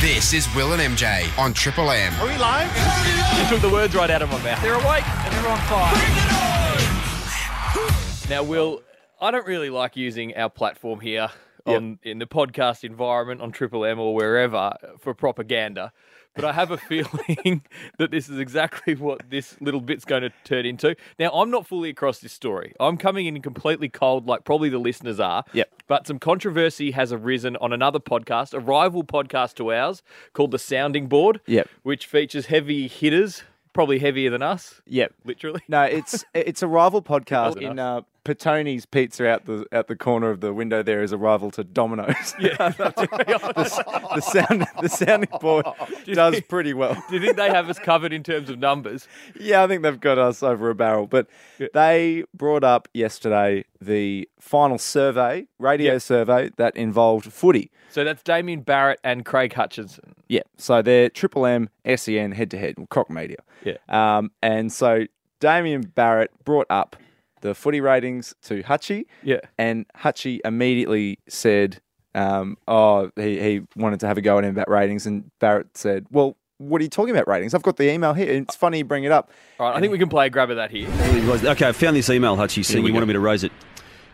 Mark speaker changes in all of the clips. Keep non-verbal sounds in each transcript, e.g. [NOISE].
Speaker 1: This is Will and MJ on Triple M.
Speaker 2: Are we live? You took the words right out of my mouth. They're awake and they're on fire. Now, Will, I don't really like using our platform here on in the podcast environment on Triple M or wherever for propaganda, but I have a [LAUGHS] feeling that this is exactly what this little bit's going to turn into. Now, I'm not fully across this story. I'm coming in completely cold, like probably the listeners are.
Speaker 3: Yep.
Speaker 2: But some controversy has arisen on another podcast, a rival podcast to ours called The Sounding Board.
Speaker 3: Yep.
Speaker 2: Which features heavy hitters, probably heavier than us,
Speaker 3: Yep.
Speaker 2: literally.
Speaker 3: No, it's it's a rival podcast
Speaker 2: enough.
Speaker 3: in uh, Petoni's Pizza out the out the corner of the window. There is a rival to Domino's.
Speaker 2: Yeah.
Speaker 3: [LAUGHS]
Speaker 2: to be honest.
Speaker 3: the sound the sounding
Speaker 2: [LAUGHS]
Speaker 3: board does pretty well.
Speaker 2: [LAUGHS] Do you think they have us covered in terms of numbers?
Speaker 3: Yeah, I think they've got us over a barrel. But they brought up yesterday the final survey, radio survey that involved footy.
Speaker 2: So that's Damien Barrett and Craig Hutchinson.
Speaker 3: Yeah. So they're Triple M, E SEN, head to head, Cock Media.
Speaker 2: Yeah.
Speaker 3: Um, and so Damien Barrett brought up the footy ratings to Hutchie.
Speaker 2: Yeah.
Speaker 3: And Hutchie immediately said, um, oh, he, he wanted to have a go at him about ratings. And Barrett said, well, what are you talking about ratings? I've got the email here. It's funny you bring it up.
Speaker 2: All right, I think we can play a grab of that here.
Speaker 4: It was- Okay, I found this email, Hutchie, saying you wanted me to raise it.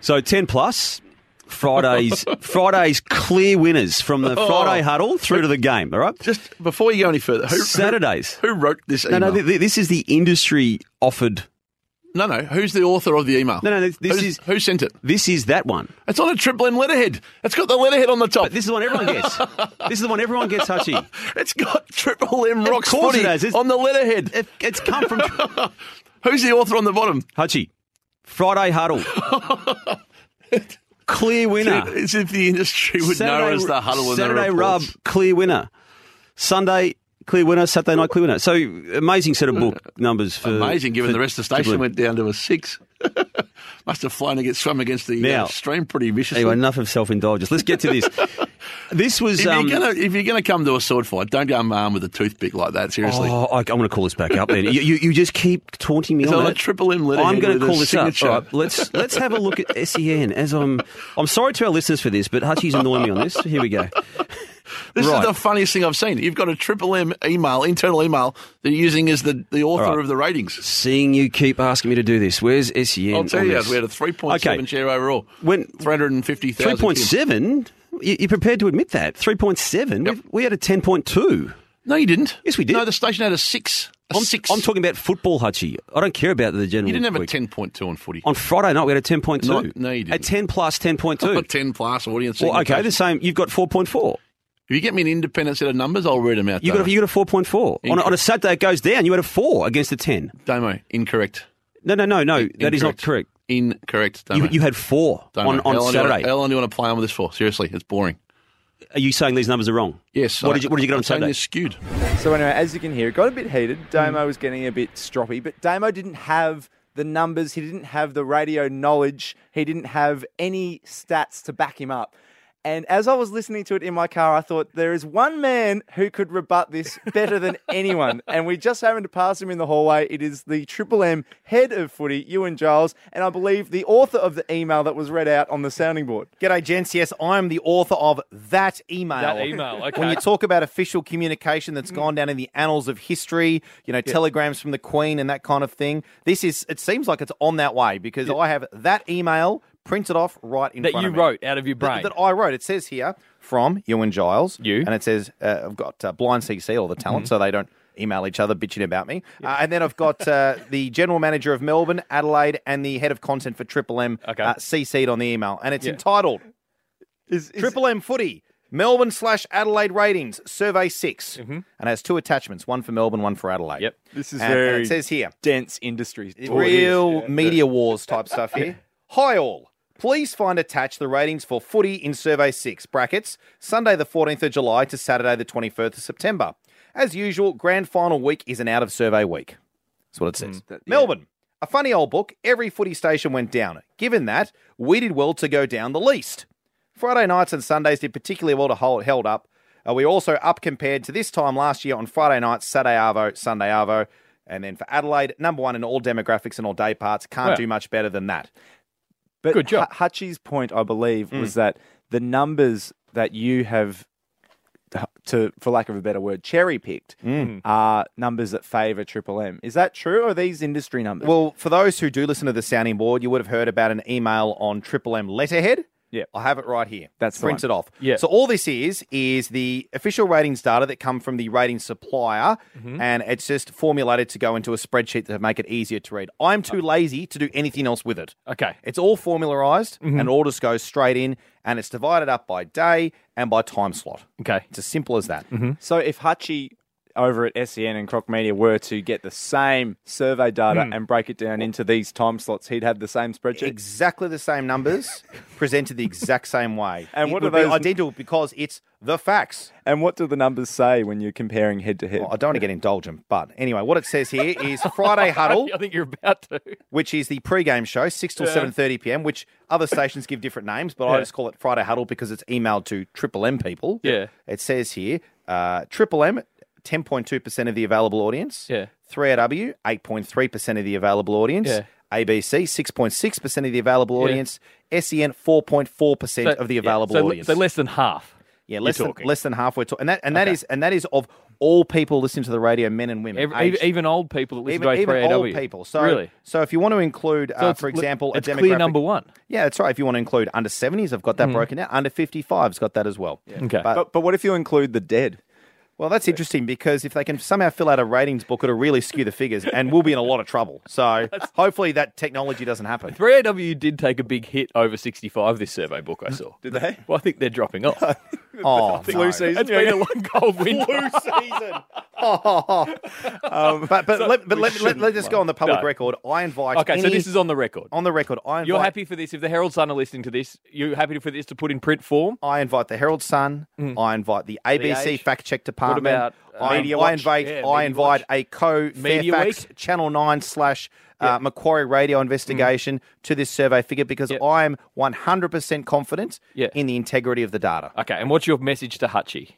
Speaker 4: So ten plus [LAUGHS] Fridays, Fridays clear winners from the Friday huddle through to the game. All right,
Speaker 5: Just before you go any further, who,
Speaker 4: Saturdays.
Speaker 5: who wrote this
Speaker 4: No,
Speaker 5: email?
Speaker 4: no, th- th- this is the industry offered.
Speaker 5: no, no, Who's the author of the email?
Speaker 4: No, no, this- this
Speaker 5: Who's-
Speaker 4: is-
Speaker 5: who sent it.
Speaker 4: This is that one.
Speaker 5: It's on a triple M letterhead. It's got the letterhead on the top.
Speaker 4: But Uh, this is the one everyone gets. [LAUGHS] this is the one everyone gets, [LAUGHS] Hutchie.
Speaker 5: it's got triple M rocks
Speaker 4: course it
Speaker 5: footy
Speaker 4: has. It's-
Speaker 5: on the letterhead.
Speaker 4: It, it's come from
Speaker 5: Who's the author on the bottom?
Speaker 4: Hutchie. Friday [LAUGHS] huddle. clear winner.
Speaker 5: As if the industry would know as the huddle. and the
Speaker 4: Ah. Saturday rub,
Speaker 5: reports.
Speaker 4: clear winner. Sunday, clear winner. Saturday night, clear winner. So amazing set of
Speaker 5: [LAUGHS]
Speaker 4: book numbers for
Speaker 5: Amazing, given
Speaker 4: for
Speaker 5: the rest of the station
Speaker 4: Triple M.
Speaker 5: went down to a six. [LAUGHS] Must have flown against swum against the
Speaker 4: Now-
Speaker 5: uh, stream pretty viciously.
Speaker 4: Anyway, enough of self-indulgence. Let's get to
Speaker 5: [LAUGHS]
Speaker 4: this. this was.
Speaker 5: if,
Speaker 4: um,
Speaker 5: you're gonna, if you're going to come to a sword fight, don't go armed with a toothpick like that. Seriously.
Speaker 4: Oh, I, I'm going to call this back up. Then you, you, you just keep taunting me
Speaker 5: It's
Speaker 4: on
Speaker 5: on a
Speaker 4: it.
Speaker 5: Triple M letterhead
Speaker 4: I'm going
Speaker 5: with
Speaker 4: to
Speaker 5: a
Speaker 4: call this
Speaker 5: signature.
Speaker 4: up. All right, let's let's have a look at SEN. As I'm, I'm sorry to our listeners for this, but Hutchie's annoying me on this. Here we go.
Speaker 5: This
Speaker 4: Right.
Speaker 5: is the funniest thing I've seen. You've got a triple M email, internal email that you're using as the, the author
Speaker 4: All right.
Speaker 5: of the ratings.
Speaker 4: Seeing you keep asking me to do this. Where's SEN?
Speaker 5: I'll tell
Speaker 4: on
Speaker 5: you,
Speaker 4: this?
Speaker 5: we had a 3.7
Speaker 4: Okay.
Speaker 5: share overall.
Speaker 4: When-
Speaker 5: 350,000.
Speaker 4: Three point seven. You're prepared to admit that three point seven.
Speaker 5: Yep.
Speaker 4: We've We had a ten point two.
Speaker 5: No, you didn't.
Speaker 4: Yes, we did.
Speaker 5: No, the station had a 6. A
Speaker 4: I'm,
Speaker 5: 6.
Speaker 4: I'm talking about football, Hutchie. I don't care about the general.
Speaker 5: you didn't have a
Speaker 4: quick.
Speaker 5: 10.2 on footy.
Speaker 4: on Friday night. We had a ten point two.
Speaker 5: No, no, you didn't.
Speaker 4: A ten plus ten point
Speaker 5: [LAUGHS]
Speaker 4: two.
Speaker 5: a 10 plus audience.
Speaker 4: Well, okay,
Speaker 5: segmentation.
Speaker 4: the same. You've got four point four.
Speaker 5: if you get me an independent set of numbers, I'll read them out.
Speaker 4: You got a, you got a four point four on, a- on a Saturday. It goes down. You had a four against a ten.
Speaker 5: Demo, incorrect.
Speaker 4: No, no, no, no. That is not correct.
Speaker 5: Incorrect, Damo.
Speaker 4: You, you had four
Speaker 5: Damo.
Speaker 4: on, on
Speaker 5: How long do you wanna-
Speaker 4: Saturday.
Speaker 5: How long do you want to play on with this for? Seriously, it's boring.
Speaker 4: Are you saying these numbers are wrong?
Speaker 5: Yes.
Speaker 4: What
Speaker 5: I-
Speaker 4: did you What did you get on
Speaker 5: I'm saying
Speaker 4: Saturday?
Speaker 5: they're skewed.
Speaker 3: So anyway, as you can hear, it got a bit heated.
Speaker 6: Mm.
Speaker 3: Damo was getting a bit stroppy, but Damo didn't have the numbers. He didn't have the radio knowledge. He didn't have any stats to back him up. And as I was listening to it in my car, I thought there is one man who could rebut this better
Speaker 6: [LAUGHS]
Speaker 3: than anyone. And we just happened to pass him in the hallway. It is the Triple M head of footy, Ewan Giles, and I believe the author of the email that was read out on the sounding board.
Speaker 6: G'day, gents. Yes, I am the author of that email.
Speaker 2: That email, okay.
Speaker 6: [LAUGHS] When you talk about official communication that's gone down in the annals of history, you know, telegrams from the Queen and that kind of thing, this is, it seems like it's on that way because I have that email printed off right in
Speaker 2: That
Speaker 6: front
Speaker 2: you
Speaker 6: of me.
Speaker 2: wrote out of your
Speaker 6: That-
Speaker 2: brain.
Speaker 6: That, I wrote. It says here from Ewan Giles.
Speaker 2: You. Mm-hmm.
Speaker 6: And it says, uh, I've got uh, Blind CC, all the talent, so they don't email each other bitching about me. Uh, and then I've got uh, [LAUGHS] the general manager of Melbourne, Adelaide, and the head of content for Triple M
Speaker 2: Okay.
Speaker 6: uh, CC'd on the email. And it's
Speaker 2: Yeah.
Speaker 6: entitled
Speaker 3: Is, is,
Speaker 6: Triple M footy. Melbourne slash Adelaide ratings, survey 6 and has two attachments, one for Melbourne, one for Adelaide.
Speaker 2: Mm-hmm. Yep.
Speaker 3: This is
Speaker 6: and, and
Speaker 3: very
Speaker 6: it says here,
Speaker 3: dense industry. talk.
Speaker 6: real media wars type stuff here. Hi all. Please find attached the ratings for footy in survey 6 brackets Sunday the 14th of July to Saturday the 21st of September. As usual, grand final week is an out of survey week. That's what it says. Melbourne, a funny old book. Every footy station went down. Given that, we did well to go down the least. Friday nights and Sundays did particularly well to hold held up. Uh, we also up compared to this time last year on Friday nights, Saturday Arvo, Sunday Arvo, and then for Adelaide, number one in all demographics and all day parts. Can't
Speaker 2: Wow.
Speaker 6: do much better than that.
Speaker 3: But
Speaker 2: Good job.
Speaker 6: Mm.
Speaker 3: Hu- Hutchie's point, I believe, was that the numbers that you have to for lack of a better word cherry picked
Speaker 6: Mm.
Speaker 3: are numbers that favor triple m is that true or are these industry numbers
Speaker 6: Well, for those who do listen to the sounding board, you would have heard about an email on Triple M letterhead.
Speaker 3: Yeah.
Speaker 6: I have it right here.
Speaker 3: That's the
Speaker 6: printed
Speaker 3: one.
Speaker 6: off.
Speaker 2: Yeah.
Speaker 6: So all this is is the official ratings data that come from the rating supplier,
Speaker 3: Mm-hmm.
Speaker 6: and it's just formulated to go into a spreadsheet to make it easier to read. I'm too lazy to do anything else with it.
Speaker 2: Okay.
Speaker 6: It's all formularized, and it all just goes straight in, and it's divided up by day and by time slot.
Speaker 2: Okay.
Speaker 6: It's as simple as that.
Speaker 3: so if hutchie over at sen and croc media were to get the same survey data
Speaker 6: Mm.
Speaker 3: and break it down into these time slots he'd have the same spreadsheet
Speaker 6: Exactly the same [LAUGHS] numbers presented the exact same way.
Speaker 3: And
Speaker 6: it
Speaker 3: what
Speaker 6: would
Speaker 3: are
Speaker 6: be
Speaker 3: those-
Speaker 6: identical because it's the facts.
Speaker 3: and what do the numbers say when you're comparing head to head
Speaker 6: Well, I don't want to get indulgent, but anyway, what it says here is Friday [LAUGHS] Huddle,
Speaker 2: I think you're about to.
Speaker 6: which is the pre-game show, six till seven thirty p.m. Which other stations give different names, but I just call it Friday Huddle because it's emailed to Triple M people.
Speaker 2: Yeah.
Speaker 6: it says here uh, Triple M, ten point two percent of the available audience.
Speaker 2: Yeah.
Speaker 6: three AW, eight point three percent of the available audience.
Speaker 2: Yeah.
Speaker 6: ABC, six point six percent of the available audience. SEN, four point four percent of the
Speaker 2: Yeah,
Speaker 6: available
Speaker 2: so,
Speaker 6: audience.
Speaker 2: So less than half.
Speaker 6: yeah, less than,
Speaker 2: talking.
Speaker 6: less than halfway. To- and that and that is and that is of all people listening to the radio, men and women.
Speaker 2: Ev-
Speaker 6: aged-
Speaker 2: ev- even old people that listen
Speaker 6: even,
Speaker 2: to
Speaker 6: even
Speaker 2: A3AW.
Speaker 6: old people. So,
Speaker 2: E really?
Speaker 6: so if you want to include,
Speaker 2: So
Speaker 6: uh,
Speaker 2: it's
Speaker 6: for
Speaker 2: li-
Speaker 6: example,
Speaker 2: it's
Speaker 6: a demographic,
Speaker 2: clear number one.
Speaker 6: Yeah, that's right. If you want to include under seventies, I've got that broken out. Under fifty five's got that as well.
Speaker 2: Okay.
Speaker 6: But,
Speaker 3: but, but what if you include the dead
Speaker 6: well, that's interesting because if they can somehow fill out a ratings book, it'll really skew the figures, and we'll be in a lot of trouble.
Speaker 2: [LAUGHS]
Speaker 6: So [LAUGHS] hopefully that technology doesn't happen.
Speaker 2: 3AW did take a big hit over 65 this survey book I saw.
Speaker 3: did they
Speaker 2: Well, I think they're dropping
Speaker 6: [LAUGHS]
Speaker 2: off.
Speaker 6: Oh,
Speaker 3: flu
Speaker 6: no.
Speaker 3: season
Speaker 2: It's been a long cold winter.
Speaker 6: season. Oh. but but let, but
Speaker 2: we
Speaker 6: let, let,
Speaker 2: shouldn't
Speaker 6: let us go on the public
Speaker 2: No.
Speaker 6: record. I invite.
Speaker 2: Okay, so
Speaker 6: any-
Speaker 2: this is on the record.
Speaker 6: on the record. I invite,
Speaker 2: You're happy for this? If the Herald Sun are listening to this, you're happy for this to put in print form?
Speaker 6: I invite the Herald Sun.
Speaker 2: Mm.
Speaker 6: I invite the ABC
Speaker 2: Age.
Speaker 6: fact check department.
Speaker 2: about, uh,
Speaker 6: I,
Speaker 2: Media
Speaker 6: I
Speaker 2: Watch?
Speaker 6: invite
Speaker 2: Yeah,
Speaker 6: I
Speaker 2: Media
Speaker 6: invite a co
Speaker 2: Media
Speaker 6: Fairfax
Speaker 2: Week? Mm.
Speaker 6: Channel Nine slash uh, Macquarie Radio investigation to this survey figure because
Speaker 2: Yep.
Speaker 6: I am one hundred percent confident
Speaker 2: Yeah.
Speaker 6: in the integrity of the data.
Speaker 2: Okay, and what's your message to Hutchie?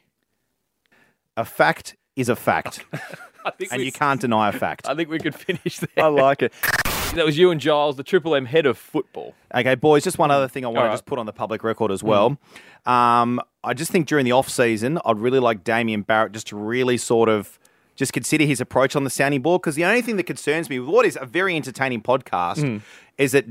Speaker 6: A fact is
Speaker 2: [LAUGHS]
Speaker 6: a fact,
Speaker 2: I think
Speaker 6: and
Speaker 2: we-
Speaker 6: you can't deny a fact.
Speaker 2: I think we could finish
Speaker 3: i
Speaker 2: there.
Speaker 3: like it
Speaker 2: That was you and Giles, the Triple M head of football.
Speaker 6: Okay, boys, just one other thing I want
Speaker 2: Mm.
Speaker 6: to
Speaker 2: All right. Mm.
Speaker 6: just put on the public record as well. Um, I just think during the off season, I'd really like Damien Barrett just to really sort of just consider his approach on the sounding board because the only thing that concerns me with what is a very entertaining podcast
Speaker 2: Mm.
Speaker 6: is that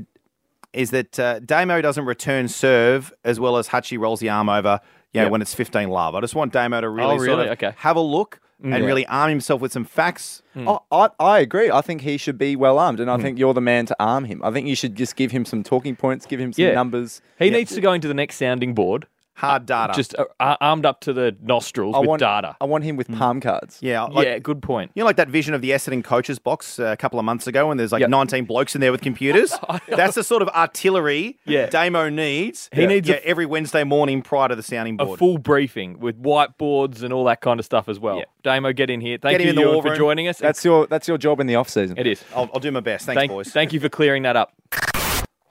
Speaker 6: is that uh, Damo doesn't return serve as well as Hutchie rolls the arm over. You know, when it's fifteen love. I just want Damo to really, sort
Speaker 2: Oh, really?
Speaker 6: of
Speaker 2: Okay. Mm.
Speaker 6: have a look and really arm himself with some facts.
Speaker 3: I, I, I agree. I think he should be well armed, and
Speaker 2: Hmm.
Speaker 3: I think you're the man to arm him. I think you should just give him some talking points, give him some
Speaker 2: Yeah.
Speaker 3: numbers.
Speaker 2: He needs to go into the next sounding board,
Speaker 6: Hard data.
Speaker 2: just uh, ar- armed up to the nostrils
Speaker 3: I
Speaker 2: with
Speaker 3: want
Speaker 2: data. Hmm.
Speaker 3: I want him with palm cards.
Speaker 6: yeah, like-
Speaker 2: yeah, good point.
Speaker 6: You know, like that vision of the Essendon coaches box uh, a couple of months ago, and there's like 19 blokes in there with computers.
Speaker 2: [LAUGHS]
Speaker 6: That's the sort of artillery
Speaker 2: Yeah.
Speaker 6: Damo needs.
Speaker 2: He needs a-
Speaker 6: every Wednesday morning prior to the sounding
Speaker 2: A
Speaker 6: board.
Speaker 2: full briefing with whiteboards and all that kind of stuff as well. Damo, get in here. Thank
Speaker 6: Get him
Speaker 2: you
Speaker 6: in the
Speaker 2: Ewan,
Speaker 6: war
Speaker 2: for
Speaker 6: room.
Speaker 2: joining us.
Speaker 3: That's your that's your job in the off season.
Speaker 2: it is.
Speaker 6: I'll, I'll do my best. Thanks,
Speaker 2: Thank,
Speaker 6: boys.
Speaker 2: thank you for clearing that up.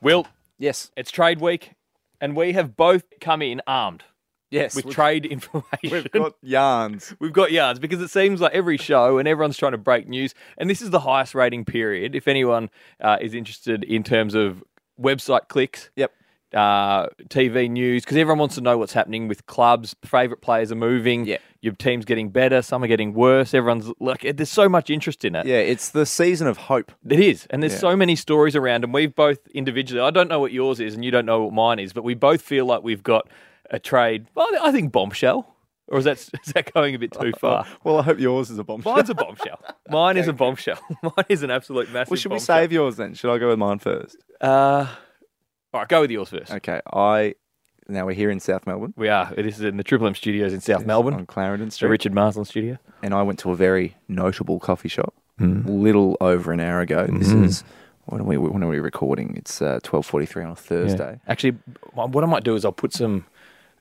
Speaker 2: Will,
Speaker 3: Yes,
Speaker 2: it's trade week, and we have both come in armed
Speaker 3: yes.
Speaker 2: [LAUGHS] with
Speaker 3: We've,
Speaker 2: trade information.
Speaker 3: we've got yarns.
Speaker 2: We've got yards because it seems like every show and everyone's trying to break news. And this is the highest rating period. If anyone uh, is interested in terms of website clicks,
Speaker 3: Yep.
Speaker 2: uh, TV news, because everyone wants to know what's happening with clubs, favourite players are moving,
Speaker 3: Yeah.
Speaker 2: your team's getting better, some are getting worse. Everyone's like, there's so much interest in it.
Speaker 3: Yeah, it's the season of hope.
Speaker 2: It is. And there's so many stories around, and we've both individually, I don't know what yours is and you don't know what mine is, but we both feel like we've got a trade. Well, I think bombshell. Or is that, [LAUGHS] is that going a bit too
Speaker 3: [LAUGHS]
Speaker 2: far?
Speaker 3: Well, I hope yours is a bombshell.
Speaker 2: Mine's a bombshell. Mine is a bombshell. [LAUGHS] Mine is an absolute massive.
Speaker 3: Well, should we
Speaker 2: bombshell.
Speaker 3: save yours then? Should I go with mine first?
Speaker 2: Uh, all right, go with yours first.
Speaker 3: Okay, I. Now we're here in South Melbourne,
Speaker 2: We are. This is in the Triple M Studios in South Melbourne,
Speaker 3: on Clarendon
Speaker 2: the
Speaker 3: Street,
Speaker 2: Richard Marsland Studio.
Speaker 3: and I went to a very notable coffee shop
Speaker 2: Hmm.
Speaker 3: little over an hour ago. This is when are we when are we recording? It's uh, twelve forty three on a Thursday.
Speaker 2: Actually, what I might do is I'll put some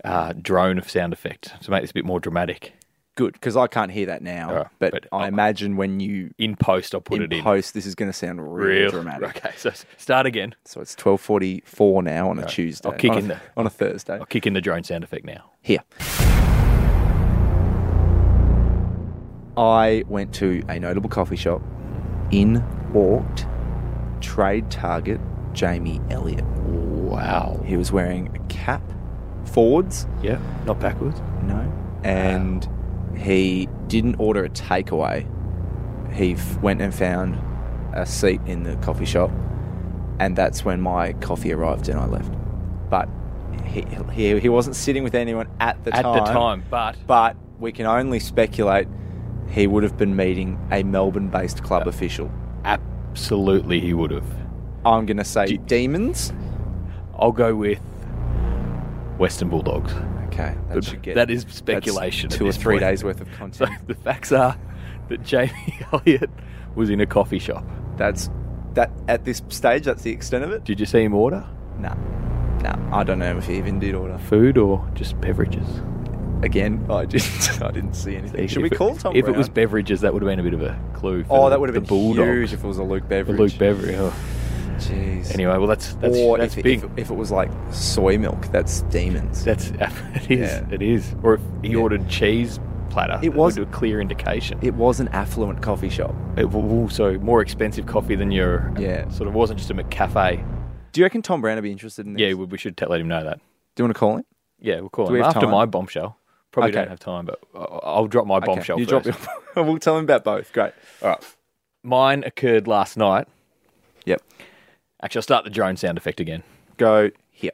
Speaker 2: uh, drone of sound effect to make this a bit more dramatic.
Speaker 3: Good, because I can't hear that now.
Speaker 2: Alright,
Speaker 3: but,
Speaker 2: Ah, but
Speaker 3: I
Speaker 2: I'll-
Speaker 3: imagine when you
Speaker 2: In post, I'll put it
Speaker 3: in
Speaker 2: in.
Speaker 3: post, this is going to sound really dramatic.
Speaker 2: Okay, so s- start again.
Speaker 3: So it's twelve forty four now on a Tuesday.
Speaker 2: I'll kick
Speaker 3: on a,
Speaker 2: in there.
Speaker 3: on a Thursday.
Speaker 2: I'll kick in the drone sound effect now.
Speaker 3: Here, I went to a notable coffee shop in Ort. Trade target Jamie Elliott.
Speaker 2: Wow.
Speaker 3: He was wearing a cap forwards.
Speaker 2: Yeah, not backwards.
Speaker 3: No. And he didn't order a takeaway. He f- went and found a seat in the coffee shop, and that's when my coffee arrived and I left. But he he, he wasn't sitting with anyone at the
Speaker 2: At
Speaker 3: time.
Speaker 2: the time, but
Speaker 3: But we can only speculate he would have been meeting a Melbourne based club official.
Speaker 2: absolutely he would have.
Speaker 3: I'm going to say demons.
Speaker 2: I'll go with Western Bulldogs.
Speaker 3: Okay, that should get
Speaker 2: that is
Speaker 3: that's
Speaker 2: speculation at
Speaker 3: two or
Speaker 2: this
Speaker 3: three
Speaker 2: point.
Speaker 3: days worth of
Speaker 2: So
Speaker 3: content.
Speaker 2: the facts are that Jamie [LAUGHS] Elliott was in a coffee shop.
Speaker 3: That's that at this stage. That's the extent of it.
Speaker 2: Did you see him order
Speaker 3: Nah, nah. I don't know if he even did order.
Speaker 2: food or just beverages?
Speaker 3: Again, I didn't. [LAUGHS] I didn't see anything. Should
Speaker 2: If
Speaker 3: we
Speaker 2: it-
Speaker 3: call Tom?
Speaker 2: If it was
Speaker 3: Brown?
Speaker 2: beverages, that would have been a bit of a clue. For
Speaker 3: oh,
Speaker 2: the-
Speaker 3: that would have
Speaker 2: the
Speaker 3: been
Speaker 2: Bulldogs.
Speaker 3: huge if it was a Luke
Speaker 2: The
Speaker 3: Beveridge.
Speaker 2: Luke Beveridge. Oh.
Speaker 3: Jeez.
Speaker 2: Anyway, well that's that's
Speaker 3: or
Speaker 2: that's
Speaker 3: if, it-
Speaker 2: big.
Speaker 3: If, it- if it was like soy milk, that's demons.
Speaker 2: that's [LAUGHS] it is
Speaker 3: Yeah.
Speaker 2: it is. Or if he
Speaker 3: Yeah.
Speaker 2: ordered cheese platter,
Speaker 3: It was-
Speaker 2: that would do a clear indication.
Speaker 3: it was an affluent coffee shop.
Speaker 2: It was also more expensive coffee than your
Speaker 3: Yeah.
Speaker 2: sort of wasn't just a McCafe.
Speaker 3: Do you reckon Tom Brown would be interested in this?
Speaker 2: Yeah, we, we should t- let him know that.
Speaker 3: Do you want to call him?
Speaker 2: Yeah, we'll call
Speaker 3: Do we
Speaker 2: him
Speaker 3: have
Speaker 2: after
Speaker 3: time?
Speaker 2: my bombshell. Probably
Speaker 3: Okay.
Speaker 2: don't have time, but I- I'll drop my
Speaker 3: Okay,
Speaker 2: bombshell.
Speaker 3: You
Speaker 2: first.
Speaker 3: drop your. [LAUGHS] we'll tell him about both. Great. All right.
Speaker 2: Mine occurred last night.
Speaker 3: Yep.
Speaker 2: Actually, I'll start the drone sound effect again.
Speaker 3: Go here.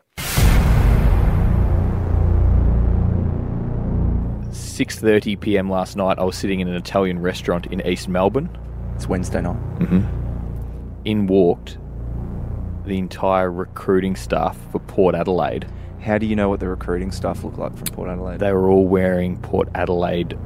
Speaker 2: 6:30 p.m. last night, I was sitting in an Italian restaurant in East Melbourne.
Speaker 3: It's Wednesday night.
Speaker 2: In walked the entire recruiting staff for Port Adelaide.
Speaker 3: How do you know what the recruiting staff look like from Port Adelaide?
Speaker 2: They were all wearing Port Adelaide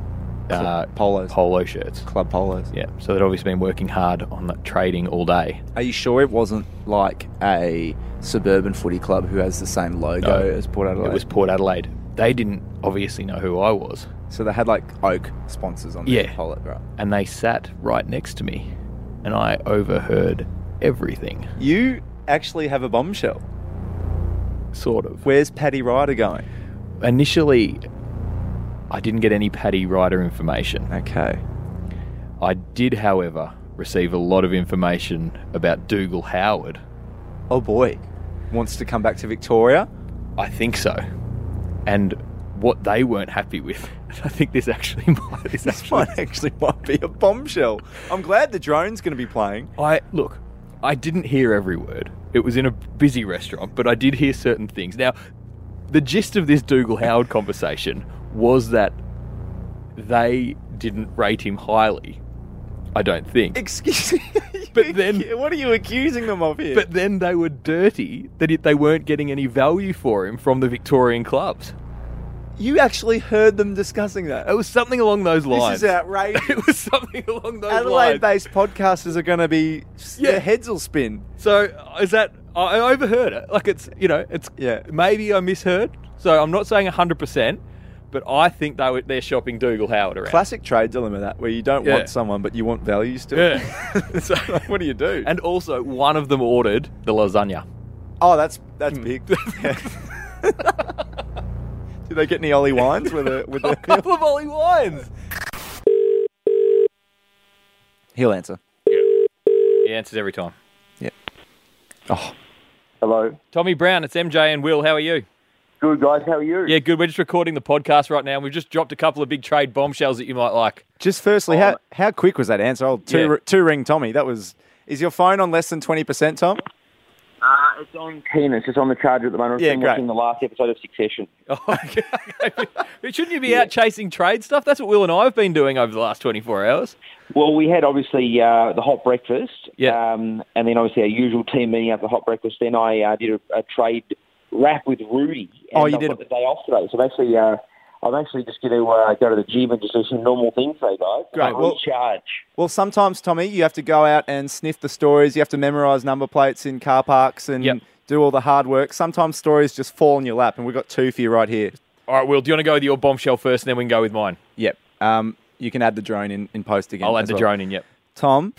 Speaker 2: uh,
Speaker 3: polos,
Speaker 2: polo shirts.
Speaker 3: club polos.
Speaker 2: Yeah, so they'd obviously been working hard on that trading all day.
Speaker 3: Are you sure it wasn't like a suburban footy club who has the same logo
Speaker 2: No.
Speaker 3: as Oh, Port Adelaide?
Speaker 2: It was Port Adelaide. They didn't obviously know who I was,
Speaker 3: so they had like oak sponsors on their
Speaker 2: Yeah.
Speaker 3: polo, right?
Speaker 2: and they sat right next to me, and I overheard everything,
Speaker 3: You actually have a bombshell.
Speaker 2: sort of.
Speaker 3: Where's Paddy Ryder going?
Speaker 2: Initially, I didn't get any Paddy Ryder information.
Speaker 3: Okay.
Speaker 2: I did, however, receive a lot of information about Dougal Howard.
Speaker 3: Oh boy, wants to come back to Victoria.
Speaker 2: I think so. And what they weren't happy with. [LAUGHS] I think this actually [LAUGHS] might. This
Speaker 3: This
Speaker 2: actually,
Speaker 3: might [LAUGHS] actually might be a bombshell. I'm glad the drone's going to be playing.
Speaker 2: I look. I didn't hear every word. It was in a busy restaurant, but I did hear certain things. Now, the gist of this Dougal
Speaker 3: [LAUGHS]
Speaker 2: Howard conversation was that they didn't rate him highly. I don't think.
Speaker 3: Excuse [LAUGHS] me.
Speaker 2: But then-
Speaker 3: what are you accusing them of here?
Speaker 2: But then they were dirty that it, they weren't getting any value for him from the Victorian clubs.
Speaker 3: you actually heard them discussing that.
Speaker 2: It was something along those lines.
Speaker 3: This is [LAUGHS]
Speaker 2: [LAUGHS]
Speaker 3: outrageous.
Speaker 2: it was something along those lines.
Speaker 3: Adelaide-based podcasters are going to be
Speaker 2: Yeah.
Speaker 3: their heads will spin.
Speaker 2: So uh, is that I I overheard it? Like it's you know it's
Speaker 3: Yeah.
Speaker 2: maybe I misheard. So I'm not saying 100, percent but I think they were they're shopping Dougal Howard around.
Speaker 3: Classic trade dilemma that where you don't
Speaker 2: Yeah.
Speaker 3: want someone but you want value still.
Speaker 2: Yeah. [LAUGHS] So-
Speaker 3: what do you do?
Speaker 2: and also one of them ordered the lasagna.
Speaker 3: oh, that's that's [LAUGHS] big. Yeah. Did they get any Ollie wines with the with [LAUGHS]
Speaker 2: A
Speaker 3: the?
Speaker 2: couple of Ollie wines.
Speaker 3: He'll answer.
Speaker 2: He answers every time.
Speaker 3: Oh,
Speaker 7: Hello.
Speaker 2: Tommy Brown, it's MJ and Will. How are you?
Speaker 7: Good guys, how are you?
Speaker 2: Yeah, good. We're just recording the podcast right now. and We've just dropped a couple of big trade bombshells that you might like. [LAUGHS]
Speaker 3: just firstly, how how quick was that answer? Oh, two
Speaker 2: Yeah.
Speaker 3: ri- two ring Tommy. That was. Is your phone on less than twenty percent, Tom?
Speaker 7: Uh, it's on Keen. It's just on the charger at the moment. I've
Speaker 3: Yeah,
Speaker 7: been
Speaker 3: great.
Speaker 7: watching the last episode of Succession.
Speaker 2: Oh, okay. But Shouldn't you be out chasing trade stuff? That's what Will and I have been doing over the last 24 hours.
Speaker 7: Well, we had obviously uh, the hot breakfast,
Speaker 2: Yeah.
Speaker 7: um, and then obviously our usual team meeting after the hot breakfast. Then I uh, did a, a trade wrap with Rudy. And
Speaker 3: Oh, you
Speaker 7: I've
Speaker 3: did
Speaker 7: got
Speaker 3: a-
Speaker 7: the day off today, so I'm actually uh, I'm actually just going to uh, go to the gym and just do some normal things today, guys.
Speaker 3: Great,
Speaker 7: Uh,
Speaker 3: well-
Speaker 7: recharge.
Speaker 3: Well, sometimes, Tommy, you have to go out and sniff the stories. You have to memorize number plates in car parks and
Speaker 2: Yep.
Speaker 3: do all the hard work. Sometimes stories just fall in your lap, and we've got two for you right here.
Speaker 2: All right, Will, do you want to go with your bombshell first and then we can go with mine?
Speaker 3: Yep. Um, you can add the drone in, in post again.
Speaker 2: I'll add
Speaker 3: as
Speaker 2: the
Speaker 3: well.
Speaker 2: drone in, yep.
Speaker 3: Tom,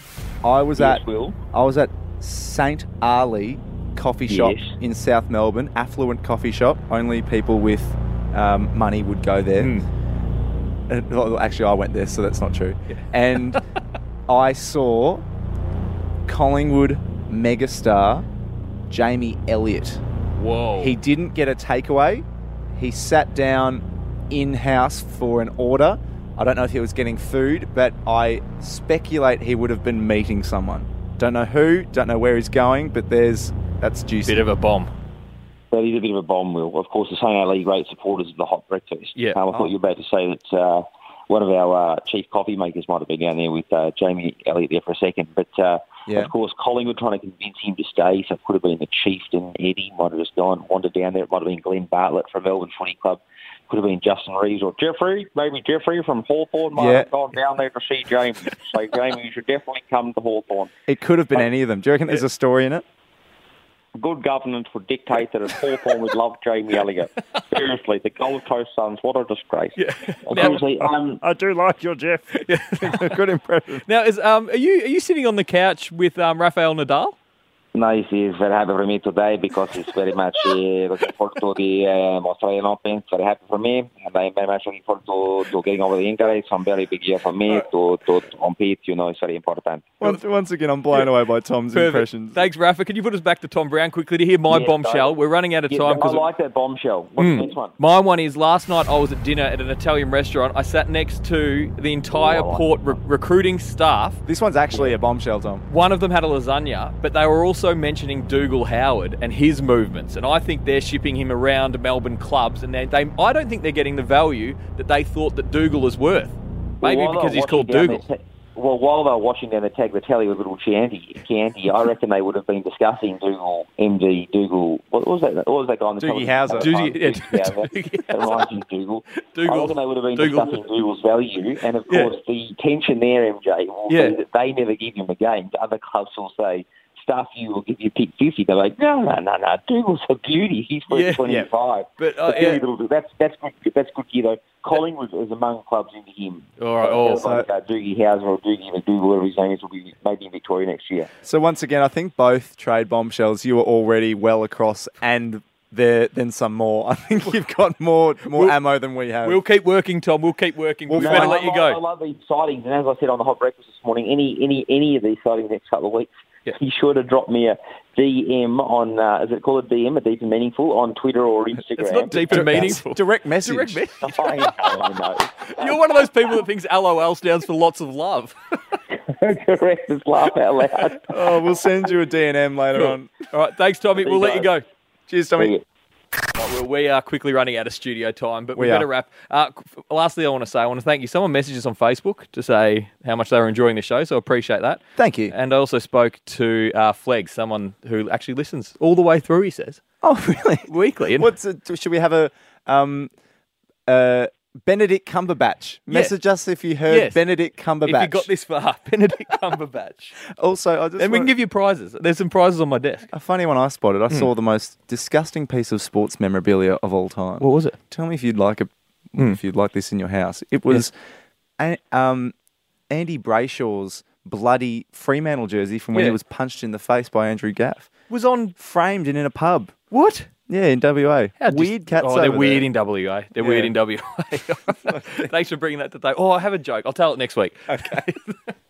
Speaker 3: I was at
Speaker 7: Yes, Will.
Speaker 3: I was at Saint Ali coffee shop
Speaker 7: Yes.
Speaker 3: in South Melbourne, affluent coffee shop. Only people with um, money would go there. Uh, well, Actually, I went there, so that's not true. And I saw Collingwood megastar Jamie Elliott.
Speaker 2: Whoa.
Speaker 3: He didn't get a takeaway. He sat down in house for an order. I don't know if he was getting food, but I speculate he would have been meeting someone. Don't know who, don't know where he's going, but there's that's juicy.
Speaker 2: Bit of a bomb.
Speaker 7: That is a bit of a bomb, Will. Of course, the St. Our League great supporters of the hot breakfast.
Speaker 2: Yeah.
Speaker 7: Um,
Speaker 3: Oh.
Speaker 7: I thought you were about to say that uh, one of our uh, chief coffee makers might have been down there with uh, Jamie Elliott there for a second. But, uh,
Speaker 3: Yeah.
Speaker 7: of course, Collingwood trying to convince him to stay, so it could have been the chieftain Eddie, might have just gone, wandered down there. It might have been Glenn Bartlett from Melbourne Footy Club. Could have been Justin Reeves or Jeffrey, maybe Jeffrey from Hawthorn might
Speaker 3: Yeah.
Speaker 7: have gone down there to see Jamie. so, Jamie, you should definitely come to Hawthorn.
Speaker 3: It could have been any of them. Do you reckon there's a story in it?
Speaker 7: good governance would dictate that a Hawthorn would love Jamie Elliott. Seriously, the Gold Coast Suns, what a disgrace. Obviously, um,
Speaker 3: I do like your [LAUGHS] Jeff. Good impression.
Speaker 2: Now is um are you are you sitting on the couch with um Rafael Nadal?
Speaker 7: nice is very happy for me today because it's very much uh, looking forward to the um, Australian Open. It's very happy for me, and I'm very much looking forward to, to getting over the injury. It's a very big year for me to, to, to compete. You know, it's very important.
Speaker 3: Once, once again, I'm blown away by Tom's impressions.
Speaker 2: Thanks, Rafa. Can you put us back to Tom Brown quickly to hear my
Speaker 7: Yeah,
Speaker 2: bombshell?
Speaker 7: sorry.
Speaker 2: We're running out of
Speaker 7: Yeah,
Speaker 2: time
Speaker 7: I
Speaker 2: because
Speaker 7: like that bombshell. What's
Speaker 2: Hmm.
Speaker 7: the next one?
Speaker 2: my one is last night I was at dinner at an Italian restaurant. I sat next to the entire
Speaker 7: Oh, I like
Speaker 2: port re- recruiting staff.
Speaker 3: This one's actually a bombshell, Tom.
Speaker 2: One of them had a lasagna, but they were also mentioning Dougal Howard and his movements. And I think they're shipping him around Melbourne clubs, and they, they I don't think they're getting the value that they thought that Dougal is worth. Maybe
Speaker 7: Well, while
Speaker 2: because
Speaker 7: they
Speaker 2: he's
Speaker 7: were
Speaker 2: called
Speaker 7: watching down
Speaker 2: Dougal.
Speaker 7: the ta- well, while they were watching down the tag, the telly with little Chianti, Chianti, I reckon they would have been discussing Dougal, MD Dougal. What was that? What was that guy on the
Speaker 3: Doogie
Speaker 7: television?
Speaker 3: Howser.
Speaker 2: Doogie- yeah, [LAUGHS]
Speaker 7: Doogie
Speaker 2: Doogie
Speaker 7: Howser. That rhymes with Dougal.
Speaker 2: Dougal.
Speaker 7: I reckon they would have been
Speaker 2: Dougal.
Speaker 7: discussing Dougal's value, and of
Speaker 2: Yeah.
Speaker 7: course the tension there, MJ, will
Speaker 2: Yeah.
Speaker 7: be that they never give him a game. Other clubs will say. Stuff you will give you pick 50. They're like, no, no, no, no. Dougal's a beauty. He's worth
Speaker 2: Yeah, yeah.
Speaker 7: 25.
Speaker 2: But, uh,
Speaker 7: very
Speaker 2: yeah.
Speaker 7: little- that's, that's, good, that's good gear, though. Collingwood is among clubs into him.
Speaker 2: All right, oh,
Speaker 7: So, like, uh, Doogie Howser or Doogie McDougal, whatever his name is, will be maybe in Victoria next year.
Speaker 3: So once again, I think both trade bombshells you were already well across and there then some more. I think you've got more more ammo than we have.
Speaker 2: We'll
Speaker 3: [LAUGHS]
Speaker 2: keep working, Tom. We'll keep working. we
Speaker 3: We'll
Speaker 2: better
Speaker 3: find-
Speaker 2: let you
Speaker 7: I, I
Speaker 2: go.
Speaker 7: love these sightings, and as I said on the hot breakfast this morning, any any any of these sightings next couple of weeks,
Speaker 2: Yeah.
Speaker 7: be sure to drop me a DM on uh, is it called a DM, a deep and meaningful on Twitter or Instagram.
Speaker 2: It's not deep and
Speaker 3: That's
Speaker 2: meaningful.
Speaker 3: Direct message.
Speaker 2: Direct me.
Speaker 7: [LAUGHS] I know, [LAUGHS] I
Speaker 2: [LAUGHS] You're one of those people that thinks LOL stands for lots of love.
Speaker 7: know. Correct, just laugh out loud.
Speaker 3: [LAUGHS] Oh, we'll send you a DNM later on.
Speaker 2: All right, thanks, Tommy. We'll let you go.
Speaker 3: Cheers, Tommy.
Speaker 2: Well, we are quickly running out of studio time, but we,
Speaker 3: We
Speaker 2: better
Speaker 3: are.
Speaker 2: wrap. Uh, qu- lastly, I want to say I want to thank you. Someone messaged us on Facebook to say how much they were enjoying the show, so I appreciate that.
Speaker 3: Thank you.
Speaker 2: And I also spoke to uh, Fleg, someone who actually listens all the way through. He says
Speaker 3: Oh, [LAUGHS] really?
Speaker 2: weekly. And
Speaker 3: What's it, should we have a um uh Benedict Cumberbatch? Message us if you heard
Speaker 2: Yes.
Speaker 3: Benedict Cumberbatch.
Speaker 2: if you got this far, [LAUGHS] Benedict
Speaker 3: [LAUGHS]
Speaker 2: Cumberbatch,
Speaker 3: Also, I just
Speaker 2: and we can
Speaker 3: wanna-
Speaker 2: give you prizes. There's some prizes on my desk.
Speaker 3: a funny one I spotted.
Speaker 2: Hmm.
Speaker 3: I saw the most disgusting piece of sports memorabilia of all time.
Speaker 2: What was it? Hmm.
Speaker 3: Tell me if you'd like a if you'd like this in your house. It was a, um, Andy Brayshaw's bloody Fremantle jersey from when he
Speaker 2: Yeah.
Speaker 3: was punched in the face by Andrew Gaff,
Speaker 2: Was on
Speaker 3: framed and in a pub.
Speaker 2: what?
Speaker 3: Yeah, in WA.
Speaker 2: How just-
Speaker 3: weird cats.
Speaker 2: Oh, they're
Speaker 3: over
Speaker 2: weird
Speaker 3: there.
Speaker 2: in WA. They're [LAUGHS]
Speaker 3: [LAUGHS]
Speaker 2: weird in WA. Thanks for bringing that today. Oh, I have a joke. I'll tell it next week. Okay.